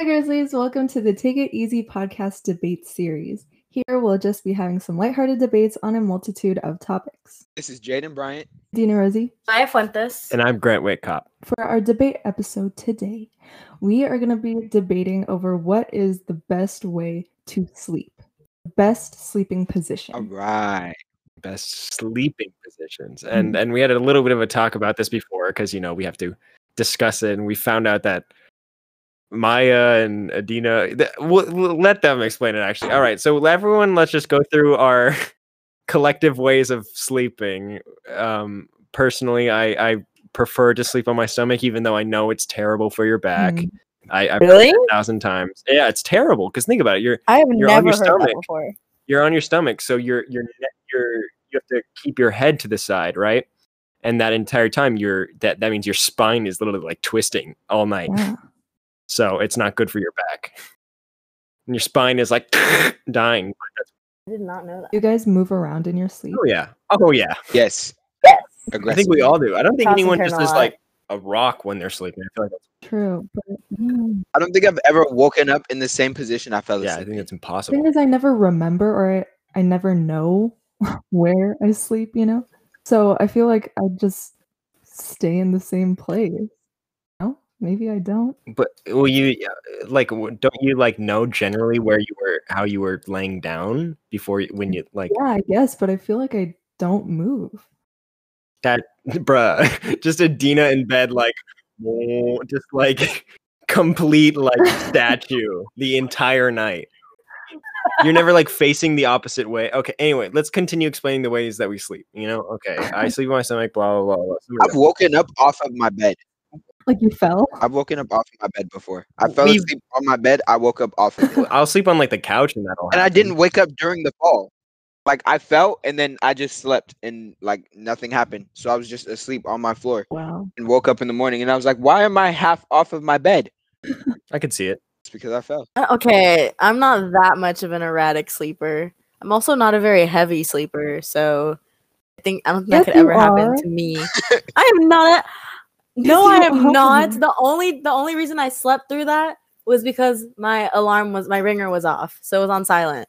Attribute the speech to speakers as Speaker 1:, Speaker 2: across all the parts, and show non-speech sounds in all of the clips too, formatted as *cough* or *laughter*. Speaker 1: Hi, Grizzlies. Welcome to the Take It Easy podcast debate series. Here, we'll just be having some lighthearted debates on a multitude of topics.
Speaker 2: This is Jaden Bryant.
Speaker 1: Dina Rosie,
Speaker 3: Maya Fuentes.
Speaker 4: And I'm Grant Whitcop.
Speaker 1: for our debate episode today, we are going to be debating over what is the best way to sleep, the best sleeping position.
Speaker 2: All right.
Speaker 4: Best sleeping positions. And and we had a little bit of a talk about this before because you know we have to discuss it, and we found out that Maya and Adina. Th- we'll, we'll let them explain it. Actually, all right. So everyone, let's just go through our *laughs* collective ways of sleeping. Um, personally, I I prefer to sleep on my stomach, even though I know it's terrible for your back.
Speaker 1: Mm.
Speaker 4: I, I've heard
Speaker 3: Really?
Speaker 4: it a thousand times. Yeah, it's terrible. Because think about it. You're
Speaker 3: I have
Speaker 4: You're on
Speaker 3: never
Speaker 4: your
Speaker 3: heard that
Speaker 4: stomach.
Speaker 3: before.
Speaker 4: you're on your stomach so you're you're ne- you're you have to keep your head to the side right and that entire time you're that that means your spine is literally like twisting all night
Speaker 1: Yeah.
Speaker 4: so it's not good for your back and your spine is like *clears throat* dying
Speaker 3: I did not know that.
Speaker 1: You guys move around in your sleep.
Speaker 4: oh yeah oh yeah
Speaker 2: Yes.
Speaker 3: Yes.
Speaker 4: i think we
Speaker 2: Aggressively.
Speaker 4: all do i don't think
Speaker 3: Toss and
Speaker 4: anyone
Speaker 3: turn
Speaker 4: just
Speaker 3: a
Speaker 4: is
Speaker 3: lot.
Speaker 4: like a rock when they're sleeping i feel like that's,
Speaker 1: True. But mm,
Speaker 2: I don't think I've ever woken up in the same position I fell
Speaker 4: yeah i
Speaker 2: asleep.
Speaker 4: think it's
Speaker 1: the thing
Speaker 4: impossible
Speaker 1: is, I never remember or I, I never know *laughs* where I sleep, you know? So I feel like I just stay in the same place. No, maybe I don't.
Speaker 4: but well you yeah, like w- don't you like know generally where you were how you were laying down before you- when you like
Speaker 1: Yeah, I guess, but I feel like I don't move.
Speaker 4: bruh *laughs* just adina in bed like *laughs* "Oh," just like *laughs* complete like statue the entire night you're never like facing the opposite way okay anyway let's continue explaining the ways that we sleep you know okay
Speaker 3: *laughs*
Speaker 4: i sleep on my stomach blah blah blah, blah. So
Speaker 2: I've woken up off of my bed.
Speaker 1: Like you fell?
Speaker 2: I've woken up off of my bed before. I fell
Speaker 4: We've-
Speaker 2: asleep on my bed. I woke up off of it.
Speaker 4: i'll sleep on like the couch and that'll
Speaker 2: and I
Speaker 4: happen.
Speaker 2: didn't wake up during the fall. Like I fell and then I just slept and like nothing happened. So I was just asleep on my floor
Speaker 1: Wow.
Speaker 2: and woke up in the morning and I was like, why am I half off of my bed?
Speaker 4: i could see
Speaker 3: *laughs*
Speaker 4: it
Speaker 2: It's because I fell.
Speaker 3: Uh, Okay, I'm not that much of an erratic sleeper. I'm also not a very heavy sleeper, so I think I don't think
Speaker 1: Yes,
Speaker 3: that
Speaker 1: you
Speaker 3: could ever
Speaker 1: are.
Speaker 3: happen to me. *laughs* I am not. No,
Speaker 1: Yes,
Speaker 3: I
Speaker 1: you
Speaker 3: am not.
Speaker 1: are.
Speaker 3: The only the only reason I slept through that was because my alarm was my ringer was off, so it was on silent.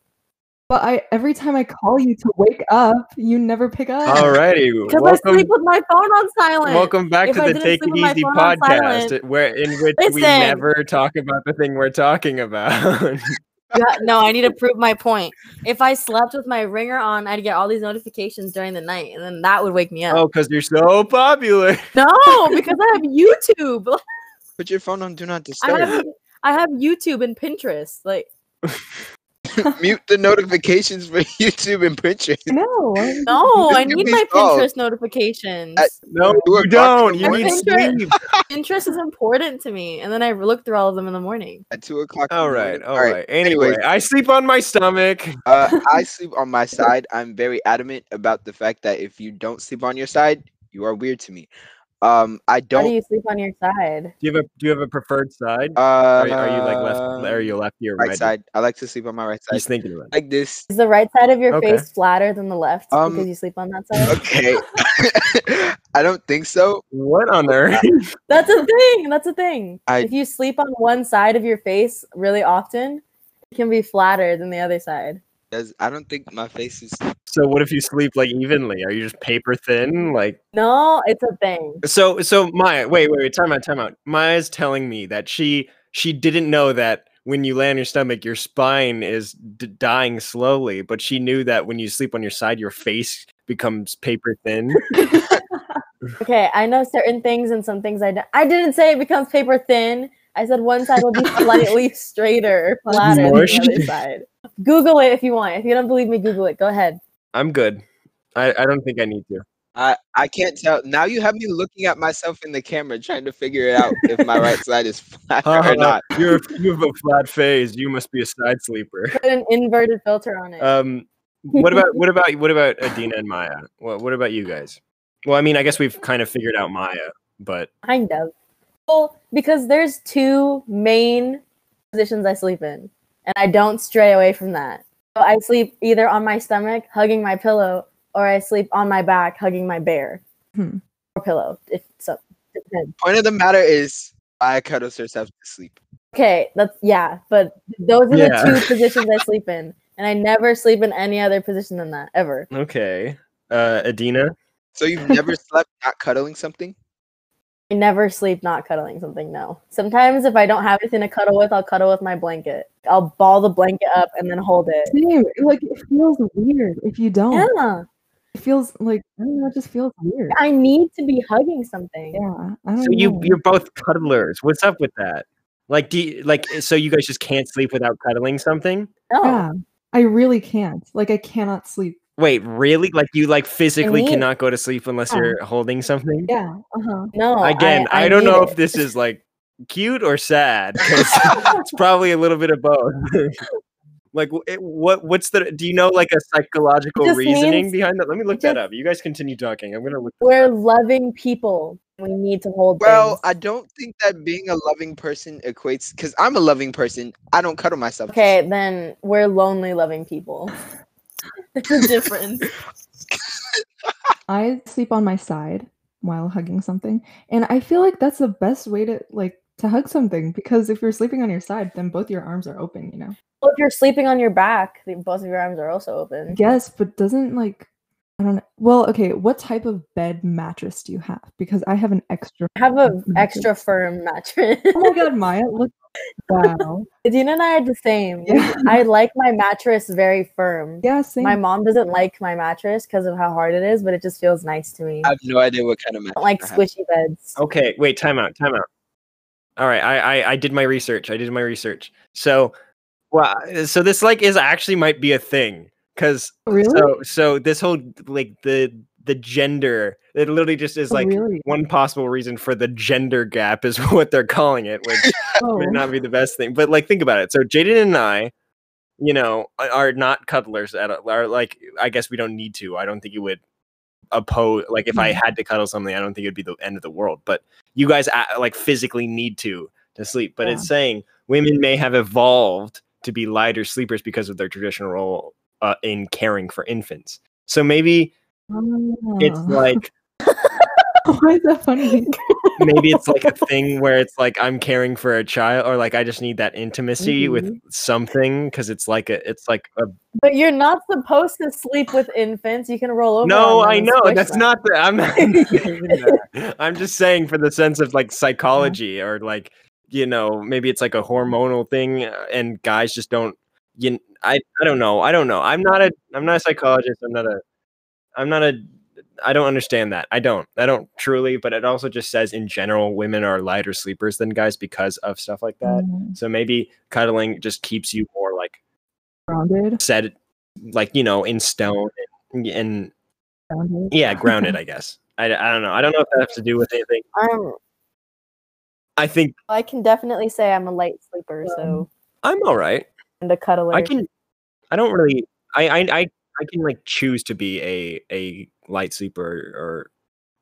Speaker 1: But I every time I call you to wake up, you never pick up.
Speaker 4: alrighty
Speaker 3: Because I
Speaker 4: welcome
Speaker 3: sleep with my phone on silent.
Speaker 4: Welcome back
Speaker 3: If
Speaker 4: to
Speaker 3: I
Speaker 4: the
Speaker 3: didn't
Speaker 4: Take
Speaker 3: sleep with
Speaker 4: It
Speaker 3: my
Speaker 4: Easy
Speaker 3: phone on
Speaker 4: podcast,
Speaker 3: silent-
Speaker 4: it- where in which we
Speaker 3: Listen.
Speaker 4: never talk about the thing we're talking about. *laughs*
Speaker 3: Yeah, no, I need to prove my point. If I slept with my ringer on, I'd get all these notifications during the night, and then that would wake me up.
Speaker 4: Oh, because you're so popular.
Speaker 2: *laughs*
Speaker 3: No, because I have YouTube. *laughs*
Speaker 2: Put your phone on do not disturb.
Speaker 3: I have I have YouTube and Pinterest. Like
Speaker 2: Mute the notifications for *laughs* YouTube and Pinterest.
Speaker 3: *laughs*
Speaker 1: No. I-
Speaker 3: no, *laughs* I
Speaker 2: This could
Speaker 3: need
Speaker 2: be
Speaker 3: my
Speaker 2: solved.
Speaker 3: Pinterest notifications.
Speaker 2: I-
Speaker 4: No,
Speaker 2: You were
Speaker 4: you don't. You
Speaker 2: talking
Speaker 4: need
Speaker 3: about it.
Speaker 4: sleep.
Speaker 3: Pinterest is important to me, and then I look through all of them in the morning.
Speaker 2: At two o'clock. in the
Speaker 4: *laughs* All right,
Speaker 2: morning.
Speaker 4: all right. Anyway,
Speaker 2: anyways.
Speaker 4: I sleep on my stomach.
Speaker 2: Uh, I sleep on my side. I'm very adamant about the fact that if you don't sleep on your side, you are weird to me. Um, I
Speaker 3: How
Speaker 2: don't.
Speaker 3: do you sleep on your side?
Speaker 4: Do you have a Do you have a preferred side?
Speaker 2: uh,
Speaker 4: Are, you- are you like left? Are you lefty or
Speaker 2: right
Speaker 4: righty?
Speaker 2: side? I like to sleep on my right side.
Speaker 4: He's thinking about. it.
Speaker 2: Like this.
Speaker 3: Is the right side of your
Speaker 4: Okay.
Speaker 3: face flatter than the left
Speaker 2: Um,
Speaker 3: because you sleep on that side?
Speaker 2: Okay. *laughs* I don't think so.
Speaker 4: What on earth?
Speaker 3: That's a thing. That's a thing.
Speaker 2: I-
Speaker 3: if you sleep on one side of your face really often, it can be flatter than the other side.
Speaker 2: Does I don't think my face is.
Speaker 4: *laughs* So what if you sleep like evenly? Are you just paper thin? Like
Speaker 3: No, it's a thing.
Speaker 4: so? So Maya, wait, wait, wait. Time out, time out. Maya's telling me that she she didn't know that when you lay on your stomach, your spine is d- dying slowly, but she knew that when you sleep on your side, your face becomes paper thin.
Speaker 3: Okay, I know certain things and some things I don't. I didn't say it becomes paper thin. I said one side will be slightly straighter or flatter than
Speaker 4: Mushed.
Speaker 3: the other side. Google it if you want. If you don't believe me, Google it. Go ahead.
Speaker 4: I'm good. I, I don't think I need to.
Speaker 2: I I can't tell. Now you have me looking at myself in the camera, trying to figure out if my
Speaker 4: *laughs*
Speaker 2: right side is *laughs* flat
Speaker 4: Uh-huh.
Speaker 2: or not.
Speaker 4: You're you have a flat phase. You must be a side sleeper.
Speaker 3: Put an inverted filter on it.
Speaker 4: Um, what about what about what about Adina and Maya? What what about you guys? Well, I mean, I guess we've kind of figured out Maya, but
Speaker 3: kind of. Well, because there's two main positions I sleep in, and I don't stray away from that. So I sleep either on my stomach, hugging my pillow, or I sleep on my back, hugging my bear
Speaker 1: Hmm.
Speaker 3: or pillow. If so, depends.
Speaker 2: Point of the matter is, I cuddles herself to sleep.
Speaker 3: Okay, that's yeah, but those are
Speaker 4: Yeah.
Speaker 3: the two positions I sleep in, and I never sleep in any other position than that ever.
Speaker 4: Okay. Uh, Adina.
Speaker 2: So you've never slept not cuddling something?
Speaker 3: I never sleep not cuddling something. No. Sometimes if I don't have anything to cuddle with, I'll cuddle with my blanket. I'll ball the blanket up and then hold it.
Speaker 1: Same. Like it feels weird if you don't.
Speaker 3: Yeah,
Speaker 1: It feels like I don't know. It just feels weird.
Speaker 3: I need to be hugging something.
Speaker 1: Yeah. I don't
Speaker 4: So you
Speaker 1: know.
Speaker 4: you're both cuddlers. What's up with that? Like, do you, like so you guys just can't sleep without cuddling something?
Speaker 3: No,
Speaker 1: Yeah.
Speaker 4: Oh.
Speaker 1: I really can't. Like I cannot sleep.
Speaker 4: Wait, really? Like you like physically
Speaker 3: need-
Speaker 4: cannot go to sleep unless
Speaker 1: Yeah.
Speaker 4: you're holding something?
Speaker 1: Yeah. Uh
Speaker 4: uh-huh.
Speaker 1: huh.
Speaker 3: no.
Speaker 4: Again, I, don't
Speaker 3: Oh, need
Speaker 4: know
Speaker 3: it.
Speaker 4: if this is like cute or sad.
Speaker 3: *laughs*
Speaker 4: 'cause it's probably a little bit of both. *laughs* like, wh- it- what what's the? Do you know like a psychological
Speaker 3: just
Speaker 4: reasoning
Speaker 3: means-
Speaker 4: behind that? Let me look
Speaker 3: it
Speaker 4: that
Speaker 3: just-
Speaker 4: up. You guys continue talking. I'm gonna look. this
Speaker 3: we're
Speaker 4: up.
Speaker 3: loving people. We need to hold.
Speaker 2: Well,
Speaker 3: things.
Speaker 2: I don't think that being a loving person equates because I'm a loving person. I don't cuddle myself.
Speaker 3: okay, then we're lonely loving people. There's a difference.
Speaker 1: I sleep on my side while hugging something, and I feel like that's the best way to like to hug something because if you're sleeping on your side, then both your arms are open. You know.
Speaker 3: well, if you're sleeping on your back, the- both of your arms are also open.
Speaker 1: Yes, but doesn't like I don't know. Well, okay, what type of bed mattress do you have? Because I have an
Speaker 4: *laughs*
Speaker 1: extra.
Speaker 3: Have a
Speaker 1: Mhm.
Speaker 3: extra firm mattress.
Speaker 1: Oh my god, Maya! Look, wow.
Speaker 3: *laughs* Dina and I are the same. We-
Speaker 1: Yeah.
Speaker 3: I like my mattress very firm.
Speaker 1: Yeah, same.
Speaker 3: My mom doesn't like my mattress because of how hard it is, but it just feels nice to me.
Speaker 2: I
Speaker 3: I
Speaker 2: have no idea what kind of match.
Speaker 3: don't like squishy beds.
Speaker 4: Okay, wait, time out, time out. All right, I, I I did my research. I did my research. So, well, uh, so this like is actually might be a thing because
Speaker 1: really?
Speaker 4: so so this whole like the the gender it literally just is like
Speaker 1: Oh,
Speaker 4: *laughs*
Speaker 1: really?
Speaker 4: one possible reason for the gender gap is *laughs* what they're calling it, which
Speaker 1: Oh, *laughs*
Speaker 4: may not be the best thing. But like, think about it. So Jaden and I, you know, a- are not cuddlers at all. Are like, I guess we don't need to. I don't think it would oppose. Like, if I had to cuddle something, I don't think it'd be the end of the world. But you guys a- like physically need to to sleep. But it's saying women may have evolved to be lighter sleepers because of their traditional role uh, in caring for infants. So maybe it's
Speaker 1: oh.
Speaker 4: like
Speaker 1: *laughs* why is that funny?
Speaker 4: maybe it's like a thing where it's like I'm caring for a child or like I just need that intimacy with
Speaker 1: Mhm.
Speaker 4: something because it's like a it's like a
Speaker 3: But you're not supposed to sleep with infants. You can roll over.
Speaker 4: no
Speaker 3: on them
Speaker 4: I
Speaker 3: and
Speaker 4: know
Speaker 3: squish
Speaker 4: that's
Speaker 3: them.
Speaker 4: not the,
Speaker 3: *laughs*
Speaker 4: I'm not saying that. I'm just saying for the sense of
Speaker 3: Uh-huh.
Speaker 4: like psychology or like you know maybe it's like a hormonal thing uh, and guys just don't you kn- I I don't know I don't know I'm not a I'm not a psychologist I'm not a I'm not a I don't understand that. I don't. I don't truly, but it also just says in general women are lighter sleepers than guys because of stuff like *laughs* that.
Speaker 3: Mm-hmm.
Speaker 1: Mm,
Speaker 4: So maybe cuddling just keeps you more like
Speaker 1: grounded,
Speaker 4: set, like you know, in stone and, and
Speaker 1: grounded.
Speaker 4: yeah, grounded. I guess. I, I don't know. I don't know if that has to do with anything.
Speaker 3: I'm,
Speaker 4: I think
Speaker 3: I can definitely say I'm a light sleeper, so
Speaker 4: I'm all right.
Speaker 3: and a cuddler.
Speaker 4: I can. I don't really. I I I, I can like choose to be a a light sleeper or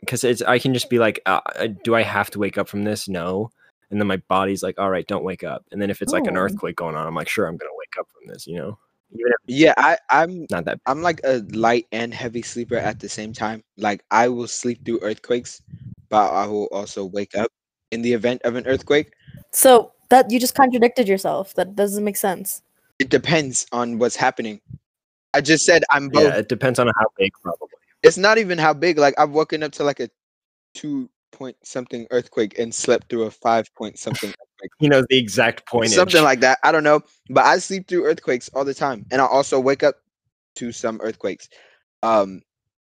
Speaker 4: because it's I can just be like, uh, uh, do I have to wake up from this? No. And then my body's like, all right, don't wake up. And then if it's like an
Speaker 1: Oh.
Speaker 4: earthquake going on, I'm like, sure, I'm gonna wake up from this. You know, even if
Speaker 2: Yeah, I, I'm
Speaker 4: it's not that.
Speaker 2: I'm like a light and heavy sleeper at the same time. Like I will sleep through earthquakes, but I will also wake up in the event of an earthquake.
Speaker 3: so that you just contradicted yourself. That doesn't make sense.
Speaker 2: It depends on what's happening. I just said I'm both.
Speaker 4: Yeah, it depends on how big, probably.
Speaker 2: It's not even how big. Like I've woken up to like a two point something earthquake and slept through a five point something
Speaker 4: He knows the exact point.
Speaker 2: something like that. I don't know, but I sleep through earthquakes all the time, and I also wake up to some earthquakes. Um,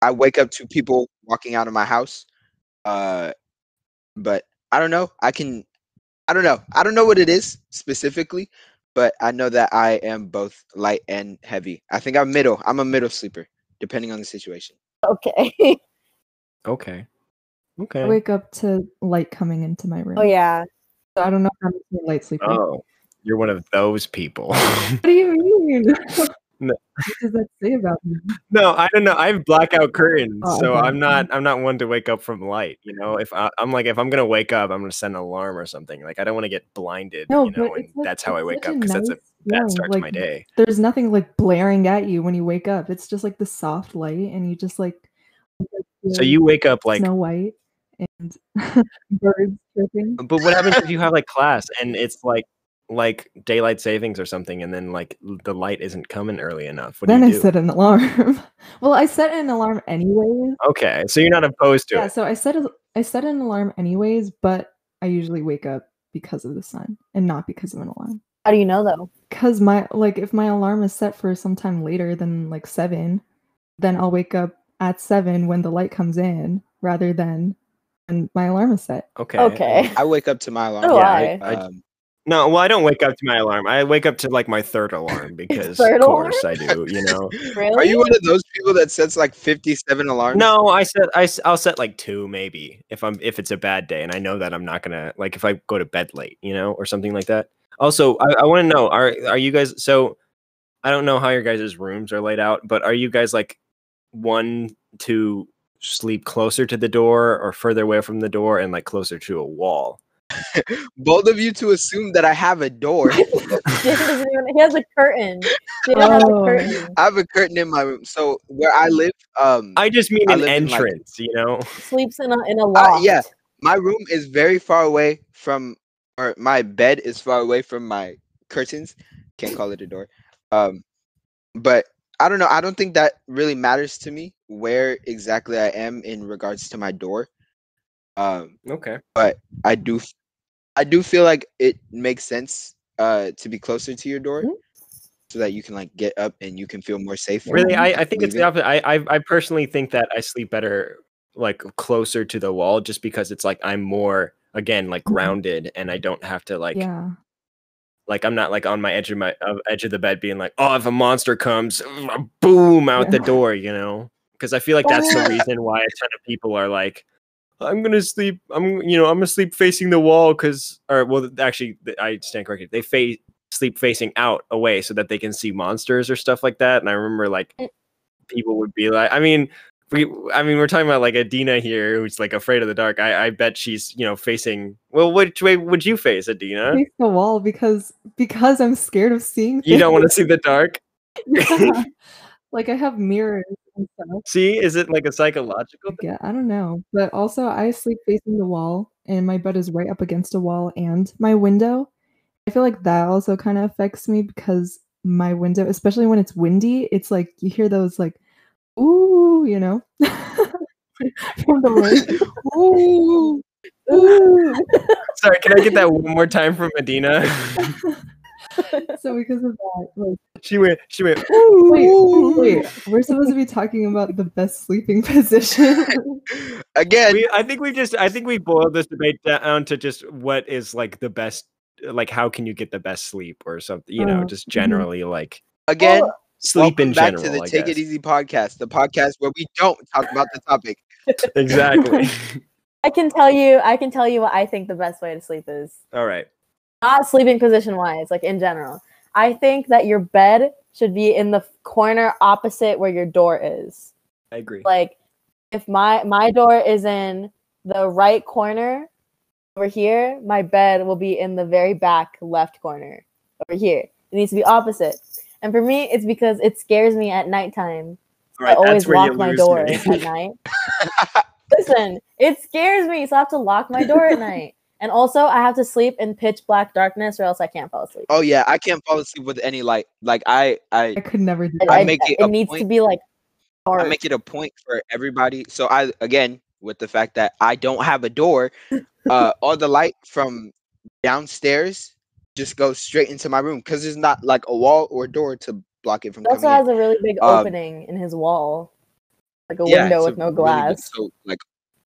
Speaker 2: I wake up to people walking out of my house, uh, but I don't know. I can, I don't know. I don't know what it is specifically, but I know that I am both light and heavy. I think I'm middle. I'm a middle sleeper, depending on the situation.
Speaker 3: Okay. *laughs*
Speaker 4: Okay. Okay.
Speaker 1: I wake up to light coming into my room.
Speaker 3: oh yeah.
Speaker 1: So I don't know how to be a light sleeper.
Speaker 4: Oh, you're one of those people. *laughs*
Speaker 1: What do you mean? *laughs*
Speaker 4: No.
Speaker 1: What does that say about me?
Speaker 4: no, I don't know. I have blackout curtains,
Speaker 1: Oh,
Speaker 4: so
Speaker 1: okay.
Speaker 4: I'm not. I'm not one to wake up from light. You know, if I, I'm like, if I'm gonna wake up, I'm gonna set an alarm or something. Like, I don't want to get blinded.
Speaker 1: No,
Speaker 4: you know,
Speaker 1: but
Speaker 4: and
Speaker 1: it's like-
Speaker 4: that's how I
Speaker 1: it's
Speaker 4: wake
Speaker 1: such
Speaker 4: up because that's a,
Speaker 1: nice
Speaker 4: that
Speaker 1: feeling,
Speaker 4: starts
Speaker 1: like,
Speaker 4: my day.
Speaker 1: There's nothing like blaring at you when you wake up. It's just like the soft light, and you just like.
Speaker 4: So you wake up like.
Speaker 1: Snow White and *laughs* birds chirping. *laughs*
Speaker 4: But what happens if you have like class and it's like like daylight savings or something, and then like l- the light isn't coming early enough? What
Speaker 1: then I
Speaker 4: do you do?
Speaker 1: set an *laughs* alarm. well, I set an alarm anyways.
Speaker 4: okay, so you're not opposed to
Speaker 1: yeah,
Speaker 4: it.
Speaker 1: so I set a, I set an alarm anyways, but I usually wake up because of the sun and not because of an alarm.
Speaker 3: How do you know though?
Speaker 1: Cause my like if my alarm is set for sometime later than like seven, then I'll wake up at seven when the light comes in rather than when my alarm is set.
Speaker 4: Okay.
Speaker 3: Okay.
Speaker 2: I wake up to my alarm.
Speaker 3: do
Speaker 4: Yeah,
Speaker 3: I.
Speaker 4: I-
Speaker 2: Um,
Speaker 4: No, well, I don't wake up to my alarm. I wake up to like
Speaker 1: *laughs*
Speaker 4: my third alarm because,
Speaker 3: third
Speaker 4: of
Speaker 3: alarm?
Speaker 4: course, I do. You know.
Speaker 3: Really?
Speaker 2: Are you one of those people that sets like 57 alarms?
Speaker 4: No, I set I, s- I'll set like two maybe if I'm if it's a bad day and I know that I'm not gonna like if I go to bed late, you know, or something like that. Also, I, I want to know are are you guys so I don't know how your guys' rooms are laid out, but are you guys like one to sleep closer to the door or further away from the door and like closer to a wall?
Speaker 2: Both of you to assume that I have a door.
Speaker 3: Jim doesn't even, *laughs* he has a curtain. Jim has a
Speaker 1: Oh.
Speaker 3: curtain.
Speaker 2: I have a curtain in my room. So where I live, um,
Speaker 4: I just mean
Speaker 2: I
Speaker 4: an
Speaker 2: live in, like-
Speaker 4: entrance, you know.
Speaker 3: Sleeps in a in a
Speaker 4: Uh,
Speaker 3: loft.
Speaker 2: yeah. my room is very far away from, or my bed is far away from my curtains. Can't call it a door. Um, but I don't know. I don't think that really matters to me where exactly I am in regards to my door. Um,
Speaker 4: Okay.
Speaker 2: I do, f- I do feel like it makes sense uh, to be closer to your door,
Speaker 3: Mhm.
Speaker 2: so that you can like get up and you can feel more safe. when
Speaker 4: Really,
Speaker 2: you
Speaker 4: I, I think it's
Speaker 2: leave
Speaker 4: the opposite. I, I I personally think that I sleep better like closer to the wall just because it's like I'm more again like
Speaker 2: Mm-hmm.
Speaker 1: Mhm.
Speaker 4: grounded and I don't have to like
Speaker 1: yeah.
Speaker 4: like I'm not like on my edge of my of edge of the bed being like oh if a monster comes *laughs* boom out the
Speaker 1: Yeah.
Speaker 4: door you know because I feel like that's the
Speaker 3: Yeah.
Speaker 4: reason why a ton of people are like I'm gonna sleep I'm you know I'm gonna sleep facing the wall because or well th- actually th- I stand corrected they face sleep facing out away so that they can see monsters or stuff like that and I remember like
Speaker 3: Mm.
Speaker 4: people would be like I mean we I mean we're talking about like Adina here who's like afraid of the dark I I bet she's you know facing well which way would you face Adina
Speaker 1: Face the wall because because I'm scared of seeing
Speaker 4: you don't want to see the dark. *laughs*
Speaker 1: Yeah. *laughs* like I have mirrors and stuff.
Speaker 4: See, is it like a psychological thing?
Speaker 1: Yeah, I don't know. But also I sleep facing the wall and my bed is right up against a wall and my window. I feel like that also kind of affects me because my window, especially when it's windy, it's like you hear those like ooh, you know. *laughs* from the wind.
Speaker 4: *laughs*
Speaker 1: *laughs* ooh. Ooh.
Speaker 4: Sorry, can I get that one more time from Medina?
Speaker 1: So because of that, like
Speaker 4: *laughs* she went, she went,
Speaker 1: wait, wait, we're supposed to be talking about the best sleeping *laughs*
Speaker 4: *laughs*
Speaker 1: position.
Speaker 2: it. *gasps* Again,
Speaker 4: we, I think we just, I think we boiled this debate down to just what is like the best, like how can you get the best sleep or something, you know,
Speaker 1: Oh,
Speaker 4: just
Speaker 1: mhm.
Speaker 4: generally like
Speaker 2: again.
Speaker 4: sleep
Speaker 2: Welcome
Speaker 4: in
Speaker 2: back
Speaker 4: general.
Speaker 2: to the
Speaker 4: I
Speaker 2: Take
Speaker 4: guess.
Speaker 2: It Easy podcast, the podcast where we don't talk about the topic.
Speaker 4: *laughs* Exactly.
Speaker 2: *laughs*
Speaker 3: I can tell you. I can tell you what I think the best way to sleep is.
Speaker 4: All right.
Speaker 3: Not sleeping position wise, like in general. I think that your bed should be in the corner opposite where your door is.
Speaker 4: I agree.
Speaker 3: like if my my door is in the right corner over here my bed will be in the very back left corner over here it needs to be opposite and for me it's because it scares me at nighttime
Speaker 4: All
Speaker 3: i
Speaker 4: right.
Speaker 3: always lock
Speaker 4: you
Speaker 3: my
Speaker 4: lose
Speaker 3: door
Speaker 4: me. *laughs*
Speaker 2: *laughs*
Speaker 3: at night listen it scares me so i have to lock my door at night and also i have to sleep in pitch black darkness or else i can't fall asleep
Speaker 2: Oh yeah, I can't fall asleep with any light. Like I, I,
Speaker 1: I could never do that.
Speaker 2: I make it a
Speaker 3: needs to
Speaker 2: point-
Speaker 3: be like dark.
Speaker 2: I make it a point for everybody. So I, again, with the fact that I don't have a door,
Speaker 3: *laughs*
Speaker 2: uh, all the light from downstairs just goes straight into my room because there's not like a wall or door to block it from
Speaker 3: He also
Speaker 2: coming in.
Speaker 3: has a really big
Speaker 2: Um,
Speaker 3: opening in his wall like a
Speaker 2: Yeah,
Speaker 3: window
Speaker 2: it's
Speaker 3: with
Speaker 2: a
Speaker 3: no
Speaker 2: really big-
Speaker 3: glass
Speaker 2: so like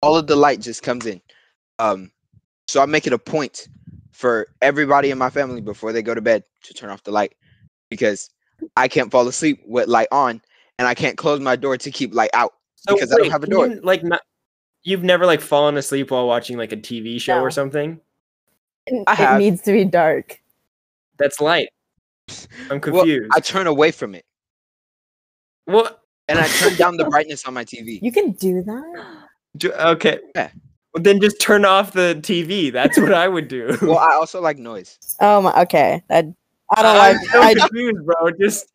Speaker 2: all of the light just comes in. Um, so I make it a point for everybody in my family before they go to bed to turn off the light because I can't fall asleep with light on and I can't close my door to keep light out. because I don't have a
Speaker 4: can
Speaker 2: door.
Speaker 4: You, like, not, you've never like fallen asleep while watching like a TV show
Speaker 3: No.
Speaker 4: or something.
Speaker 3: It, *laughs*
Speaker 2: I
Speaker 3: it
Speaker 2: have.
Speaker 3: needs to be dark.
Speaker 4: That's light. I'm
Speaker 2: Well,
Speaker 4: confused.
Speaker 2: I turn away from it
Speaker 4: What?
Speaker 2: and I turn down the
Speaker 3: *laughs*
Speaker 2: brightness on my TV.
Speaker 3: You can do that. *gasps*
Speaker 4: Ju- Okay.
Speaker 2: Yeah.
Speaker 4: Well, then just turn off the TV. That's what I would do.
Speaker 2: *laughs* Well, I also like noise.
Speaker 3: Oh my. Okay. That I don't
Speaker 4: *laughs* I'm
Speaker 3: like.
Speaker 4: so
Speaker 3: I,
Speaker 4: confused, bro. Just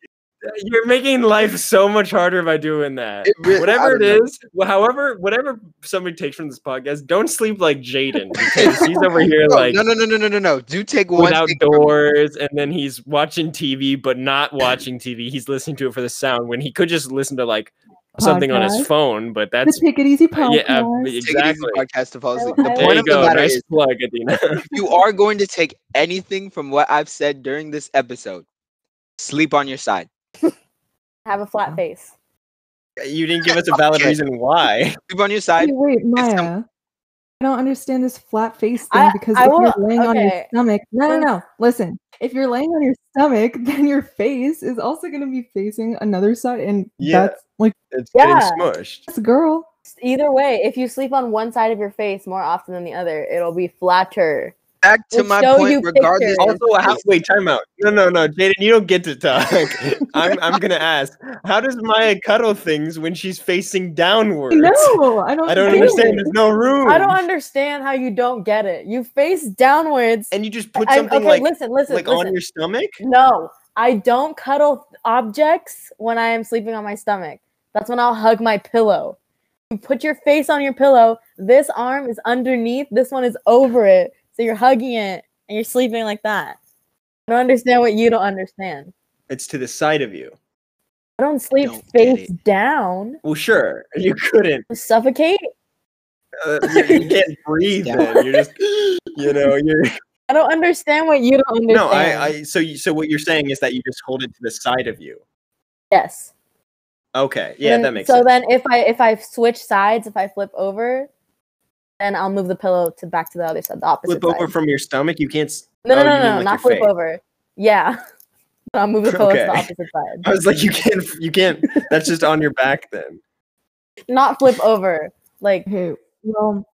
Speaker 4: You're making life so much harder by doing that.
Speaker 2: It really- I
Speaker 4: whatever it
Speaker 2: don't know.
Speaker 4: is, wh- however, whatever somebody takes from this podcast, don't sleep like Jaden because he's over here
Speaker 2: *laughs* No,
Speaker 4: like
Speaker 2: no, no, no, no, no, no, no. Do take one
Speaker 4: without
Speaker 2: thing from-
Speaker 4: doors, and then he's watching TV but not watching TV. He's listening to it for the sound when he could just listen to like something on his
Speaker 1: Podcast.
Speaker 4: phone. But
Speaker 1: The
Speaker 2: *laughs*
Speaker 4: that's
Speaker 1: Take It Easy
Speaker 4: uh,
Speaker 1: podcast.
Speaker 4: yeah, uh,
Speaker 2: Take it easy
Speaker 4: exactly.
Speaker 2: podcast to fall asleep.
Speaker 3: I-
Speaker 2: The
Speaker 3: I-
Speaker 4: There
Speaker 2: point
Speaker 4: you
Speaker 2: of the
Speaker 4: go.
Speaker 2: matter
Speaker 4: Nice
Speaker 2: is,
Speaker 4: plug,
Speaker 2: *laughs*
Speaker 4: Adina.
Speaker 2: if you are going to take anything from what I've said during this episode, sleep on your side.
Speaker 3: Have a flat face.
Speaker 4: you didn't give us a valid
Speaker 2: Okay.
Speaker 4: reason why.
Speaker 2: Sleep on your side.
Speaker 1: Hey, wait,
Speaker 2: some-
Speaker 1: Maya. I don't understand this flat face thing
Speaker 3: I-
Speaker 1: because
Speaker 3: I
Speaker 1: if
Speaker 3: will-
Speaker 1: you're laying on your
Speaker 3: okay.
Speaker 1: stomach, no, no,
Speaker 3: Let's-
Speaker 1: no. Listen, if you're laying on your stomach, *laughs* then your face is also going to be facing another side, and
Speaker 4: Yeah.
Speaker 1: that's like
Speaker 4: It's
Speaker 3: Yeah.
Speaker 4: getting smushed.
Speaker 1: this girl.
Speaker 3: Either way, if you sleep on one side of your face more often than the other, it'll be flatter.
Speaker 2: Back to
Speaker 3: We'll
Speaker 2: my
Speaker 3: show you
Speaker 2: point, regardless.
Speaker 3: pictures.
Speaker 2: of
Speaker 4: Also, how,
Speaker 2: race.
Speaker 4: wait, time out. No, no, no, Jaden, you don't get to talk. *laughs* I'm, I'm gonna ask. How does Maya cuddle things when she's facing downwards?
Speaker 1: No, I don't.
Speaker 4: I don't
Speaker 1: get
Speaker 4: understand.
Speaker 1: it.
Speaker 4: There's no room.
Speaker 3: I don't understand how you don't get it. You face downwards.
Speaker 4: And you just put
Speaker 3: I-
Speaker 4: something
Speaker 3: okay,
Speaker 4: like,
Speaker 3: listen, listen,
Speaker 4: like
Speaker 3: listen.
Speaker 4: on your stomach.
Speaker 3: No, I don't cuddle objects when I am sleeping on my stomach. That's when I'll hug my pillow. You put your face on your pillow. This arm is underneath, this one is over it. So you're hugging it and you're sleeping like that. I don't understand what you don't understand.
Speaker 4: It's to the side of you.
Speaker 3: I don't sleep
Speaker 2: don't get
Speaker 3: face down.
Speaker 4: Well, sure, you couldn't.
Speaker 3: You suffocate.
Speaker 4: Uh, you,
Speaker 3: *laughs*
Speaker 4: you can't breathe.
Speaker 2: Yeah.
Speaker 4: Then. You're just, you know, you're
Speaker 3: I don't understand what you don't understand.
Speaker 4: no. I, I. So, you, so what you're saying is that you just hold it to the side of you.
Speaker 3: yes.
Speaker 4: Okay. Yeah,
Speaker 3: Then-
Speaker 4: that makes
Speaker 3: so
Speaker 4: sense.
Speaker 3: then if I if I switch sides, if I flip over, then I'll move the pillow to back to the other side, the opposite
Speaker 4: flip over
Speaker 3: side.
Speaker 4: from your stomach. You can't. s-
Speaker 3: no,
Speaker 4: oh,
Speaker 3: no,
Speaker 4: you
Speaker 3: no,
Speaker 4: mean
Speaker 3: no,
Speaker 4: like your
Speaker 3: not flip
Speaker 4: face.
Speaker 3: over. Yeah, *laughs* I'll move the pillow to
Speaker 4: Okay.
Speaker 3: the opposite side.
Speaker 4: I was like, you can't, you can't. That's just on your back then.
Speaker 3: Not flip over. Like
Speaker 1: Okay, well,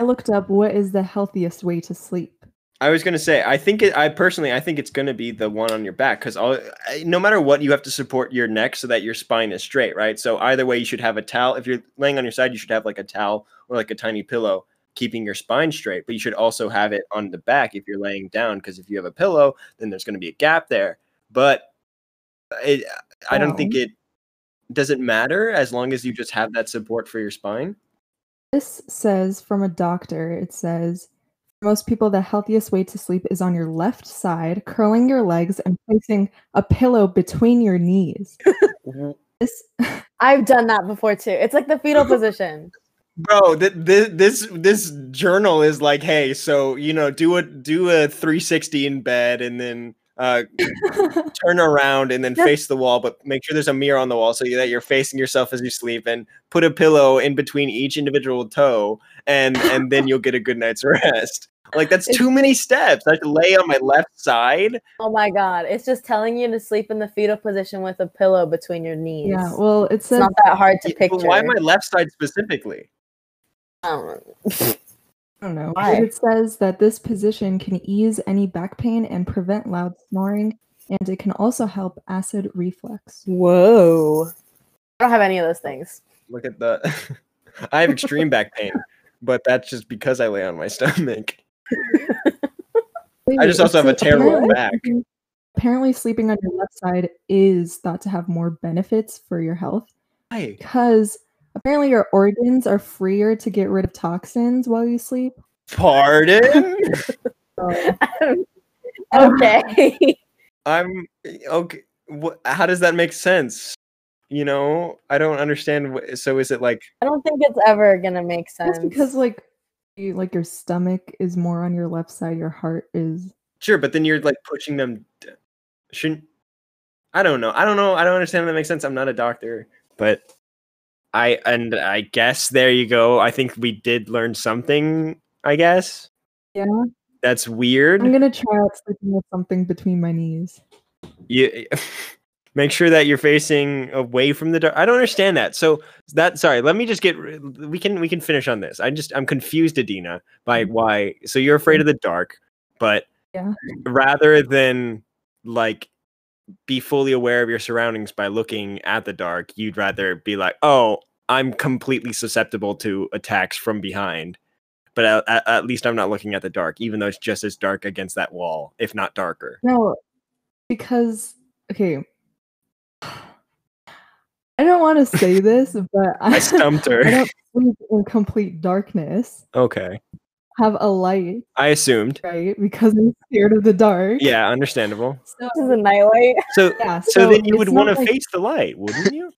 Speaker 1: I looked up what is the healthiest way to sleep.
Speaker 4: I was gonna say, I think it, I personally, I think it's gonna be the one on your back because all, I- no matter what, you have to support your neck so that your spine is straight, right? So either way, you should have a towel. If you're laying on your side, you should have like a towel or like a tiny pillow keeping your spine straight. But you should also have it on the back if you're laying down because if you have a pillow, then there's gonna be a gap there. But it, I don't think
Speaker 1: Well.
Speaker 4: it does it matter as long as you just have that support for your spine.
Speaker 1: This says from a doctor, it says, for most people, the healthiest way to sleep is on your left side, curling your legs and placing a pillow between
Speaker 3: *laughs*
Speaker 1: your knees. This,
Speaker 3: I've done that before too. It's like the
Speaker 4: *laughs*
Speaker 3: fetal position.
Speaker 4: Bro, th- th- this this journal is like, hey, so you know, do a do a 360 in bed, and then uh, turn around, and then
Speaker 1: Yeah.
Speaker 4: face the wall, but make sure there's a mirror on the wall so that you're facing yourself as you sleep, and put a pillow in between each individual toe, and and then you'll get a good night's *laughs* rest. Like that's
Speaker 1: It's-
Speaker 4: too many steps. I have to lay on my left side.
Speaker 3: Oh my god! It's just telling you to sleep in the fetal position with a pillow between your knees.
Speaker 1: yeah, well, it
Speaker 3: it's
Speaker 1: says
Speaker 3: not that hard to
Speaker 4: Yeah,
Speaker 3: picture. Um,
Speaker 4: but why my left side specifically?
Speaker 3: I don't know.
Speaker 1: I don't know. but
Speaker 3: Why?
Speaker 1: It says that this position can ease any back pain and prevent loud snoring, and it can also help acid reflux.
Speaker 3: Whoa! I don't have any of those things.
Speaker 4: Look at the. *laughs* I have extreme back pain, but that's just because I lay on my *laughs* stomach. I just also have a terrible
Speaker 1: apparently,
Speaker 4: back.
Speaker 1: sleeping- Apparently, sleeping on your left side is thought to have more benefits for your health
Speaker 4: Why?
Speaker 1: because apparently your organs are freer to get rid of toxins while you sleep.
Speaker 4: Pardon?
Speaker 1: Oh.
Speaker 3: *laughs* okay.
Speaker 4: I'm okay. What, how does that make sense? You know, I don't understand. Wh- so is it like
Speaker 3: I don't think it's ever gonna make sense.
Speaker 1: That's because like you, like your stomach is more on your left side, your heart is
Speaker 4: sure, but then you're like pushing them? d- Shouldn't I don't know. I don't know. I don't understand. How that makes sense. I'm not a doctor, but I and I guess there you go. I think we did learn something. I guess.
Speaker 1: Yeah.
Speaker 4: That's weird.
Speaker 1: I'm gonna try out sleeping with something between my knees.
Speaker 4: you *laughs* make sure that you're facing away from the dark. I don't understand that. So that sorry, let me just get r- we can we can finish on this. I just I'm confused, Adina, by why so you're afraid of the dark, but
Speaker 1: Yeah.
Speaker 4: rather than like be fully aware of your surroundings by looking at the dark, you'd rather be like, "Oh, I'm completely susceptible to attacks from behind." But at, at- at least I'm not looking at the dark, even though it's just as dark against that wall, if not darker.
Speaker 1: No, because okay, I don't want to
Speaker 4: *laughs*
Speaker 1: say this, but *laughs*
Speaker 4: I stumped
Speaker 1: I
Speaker 4: her.
Speaker 1: don't sleep in complete darkness.
Speaker 4: Okay.
Speaker 1: Have a light,
Speaker 4: I assumed.
Speaker 1: right? Because I'm scared of the dark.
Speaker 4: Yeah, understandable.
Speaker 1: So,
Speaker 3: This is a nightlight.
Speaker 4: So
Speaker 1: yeah.
Speaker 4: so, then you
Speaker 1: it's
Speaker 4: would
Speaker 1: not
Speaker 4: want to
Speaker 1: like-
Speaker 4: face the light, wouldn't you?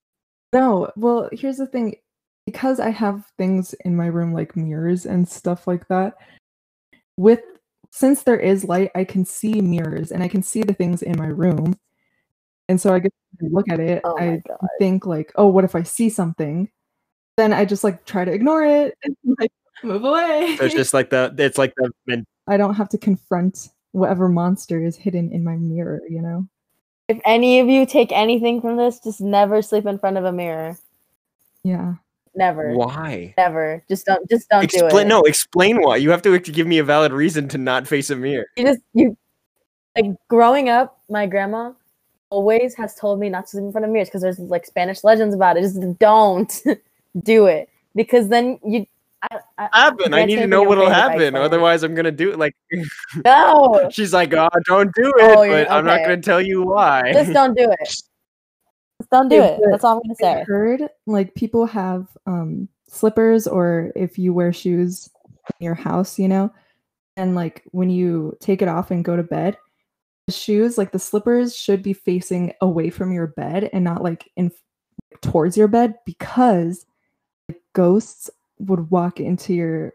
Speaker 1: No. Well, here's the thing. Because I have things in my room like mirrors and stuff like that, with since there is light, I can see mirrors and I can see the things in my room. And so I get to look at it.
Speaker 3: Oh my
Speaker 1: I
Speaker 3: god.
Speaker 1: think like, oh, what if I see something? Then I just like try to ignore it and *laughs* like move away.
Speaker 4: So it's just like the it's like the men-
Speaker 1: *laughs* I don't have to confront whatever monster is hidden in my mirror, you know?
Speaker 3: If any of you take anything from this, just never sleep in front of a mirror.
Speaker 1: Yeah.
Speaker 3: Never.
Speaker 4: why?
Speaker 3: Never. Just don't just don't do it.
Speaker 4: Explain no, explain why. You have to give me a valid reason to not face a mirror.
Speaker 3: you just you like growing up my grandma always has told me not to sleep in front of mirrors because there's like spanish legends about it just don't *laughs* do it because then you i,
Speaker 4: *laughs*
Speaker 3: I
Speaker 4: Happen. I
Speaker 3: That's
Speaker 4: need to
Speaker 3: gonna
Speaker 4: know
Speaker 3: be your
Speaker 4: what'll
Speaker 3: favorite
Speaker 4: happen.
Speaker 3: item.
Speaker 4: Otherwise, I'm gonna do it. Like *laughs*
Speaker 3: no
Speaker 4: she's like, "Oh, don't do it,"
Speaker 3: Oh,
Speaker 4: but
Speaker 3: you're-
Speaker 4: I'm not
Speaker 3: okay.
Speaker 4: gonna tell you why.
Speaker 3: just don't do it just don't do
Speaker 1: Okay,
Speaker 3: it
Speaker 1: but
Speaker 3: that's all i'm gonna
Speaker 1: I've
Speaker 3: say
Speaker 1: heard like people have um slippers or if you wear shoes in your house, you know, and like when you take it off and go to bed, the shoes, like the slippers should be facing away from your bed and not like in towards your bed because like, ghosts would walk into your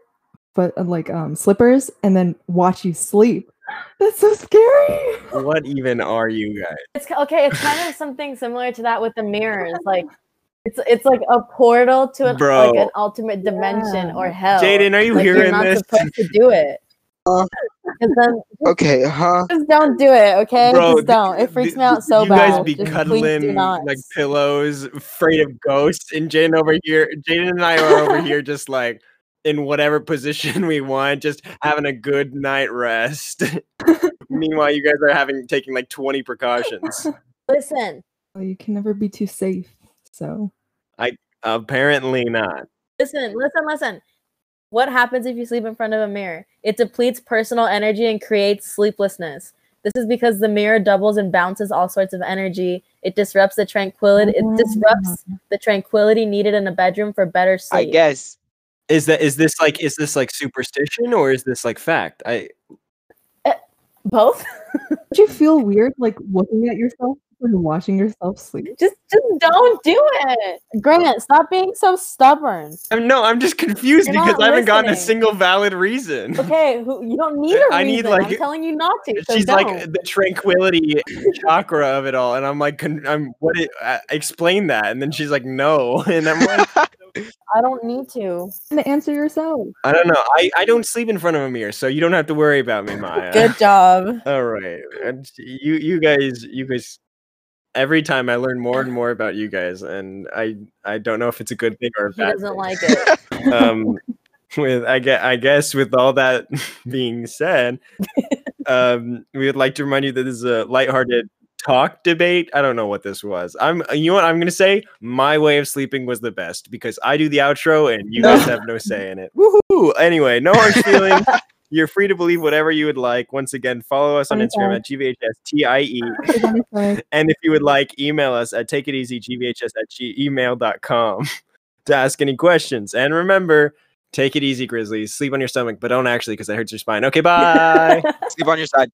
Speaker 1: foot uh, like um slippers and then watch you sleep. That's so scary. *laughs*
Speaker 4: *laughs* what even are you guys?
Speaker 3: it's ki- okay it's kind
Speaker 2: *laughs*
Speaker 3: of something similar to that with the mirrors like it's it's like a portal to an,
Speaker 4: Bro.
Speaker 3: like an ultimate dimension
Speaker 1: Yeah.
Speaker 3: or hell
Speaker 4: Jaden, are you
Speaker 3: Oh, Like, you're
Speaker 4: hearing
Speaker 3: not
Speaker 4: this?
Speaker 3: supposed to do it
Speaker 2: Uh.
Speaker 3: 'Cause then
Speaker 2: *laughs* Okay, huh?
Speaker 3: Just don't do it, okay?
Speaker 4: Bro,
Speaker 3: just don't.
Speaker 4: th-
Speaker 3: It freaks
Speaker 4: th-
Speaker 3: me out so
Speaker 4: you
Speaker 3: bad.
Speaker 4: guys be
Speaker 3: Just please do
Speaker 4: cuddling
Speaker 3: not.
Speaker 4: like pillows, afraid of ghosts, and Jaden over here. Jaden and I are over here just like in whatever position *laughs* we want, just having a good night
Speaker 3: *laughs*
Speaker 4: rest. Meanwhile, you guys are having taking like 20 precautions.
Speaker 3: Listen,
Speaker 1: Well, you can never be too safe. So
Speaker 4: Apparently not.
Speaker 3: listen, listen, listen. What happens if you sleep in front of a mirror? It depletes personal energy and creates sleeplessness. This is because the mirror doubles and bounces all sorts of energy. It disrupts the tranquility. It disrupts the tranquility needed in a bedroom for better sleep.
Speaker 2: I guess.
Speaker 4: Is that is this like is this like superstition or is this like fact? I
Speaker 3: both. *laughs*
Speaker 1: Don't you feel weird like looking at yourself and watching yourself sleep?
Speaker 3: just, just don't do it. Grant, stop being so stubborn.
Speaker 4: I'm, no, I'm just confused
Speaker 3: You're
Speaker 4: because
Speaker 3: not
Speaker 4: I haven't gotten a
Speaker 3: listening.
Speaker 4: single valid reason.
Speaker 3: Okay, who, you don't need a reason.
Speaker 4: I need, like-
Speaker 3: I'm telling you not to. So
Speaker 4: She's
Speaker 3: don't.
Speaker 4: like the tranquility chakra of it all, and I'm like, con- I'm what? It, uh, explain that, and then she's like, no, *laughs* and I'm like,
Speaker 3: I don't need to.
Speaker 1: And answer yourself.
Speaker 4: I don't know. I, I don't sleep in front of a mirror, so you don't have to worry about
Speaker 3: *laughs*
Speaker 4: me, Maya.
Speaker 3: Good job.
Speaker 4: *laughs* All right, and you you guys you guys. Every time I learn more and more about you guys, and I I don't know if it's a good thing or a
Speaker 3: He
Speaker 4: bad
Speaker 3: doesn't
Speaker 4: thing.
Speaker 3: like it.
Speaker 4: um with I guess, I guess with all that *laughs* being said um we would like to remind you that this is a lighthearted talk debate i don't know what this was i'm you know what i'm gonna say my way of sleeping was the best because i do the outro and you guys have no say in it woohoo anyway no hard feelings you're free to believe whatever you would like once again follow us on instagram at gvhstie
Speaker 1: Like,
Speaker 4: and if you would like, email us at takeiteasygvhs at gmail.com *laughs* to ask any questions. And remember, take it easy, Grizzlies. Sleep on your stomach, but don't actually because that hurts your spine. Okay, bye.
Speaker 2: Sleep on your side.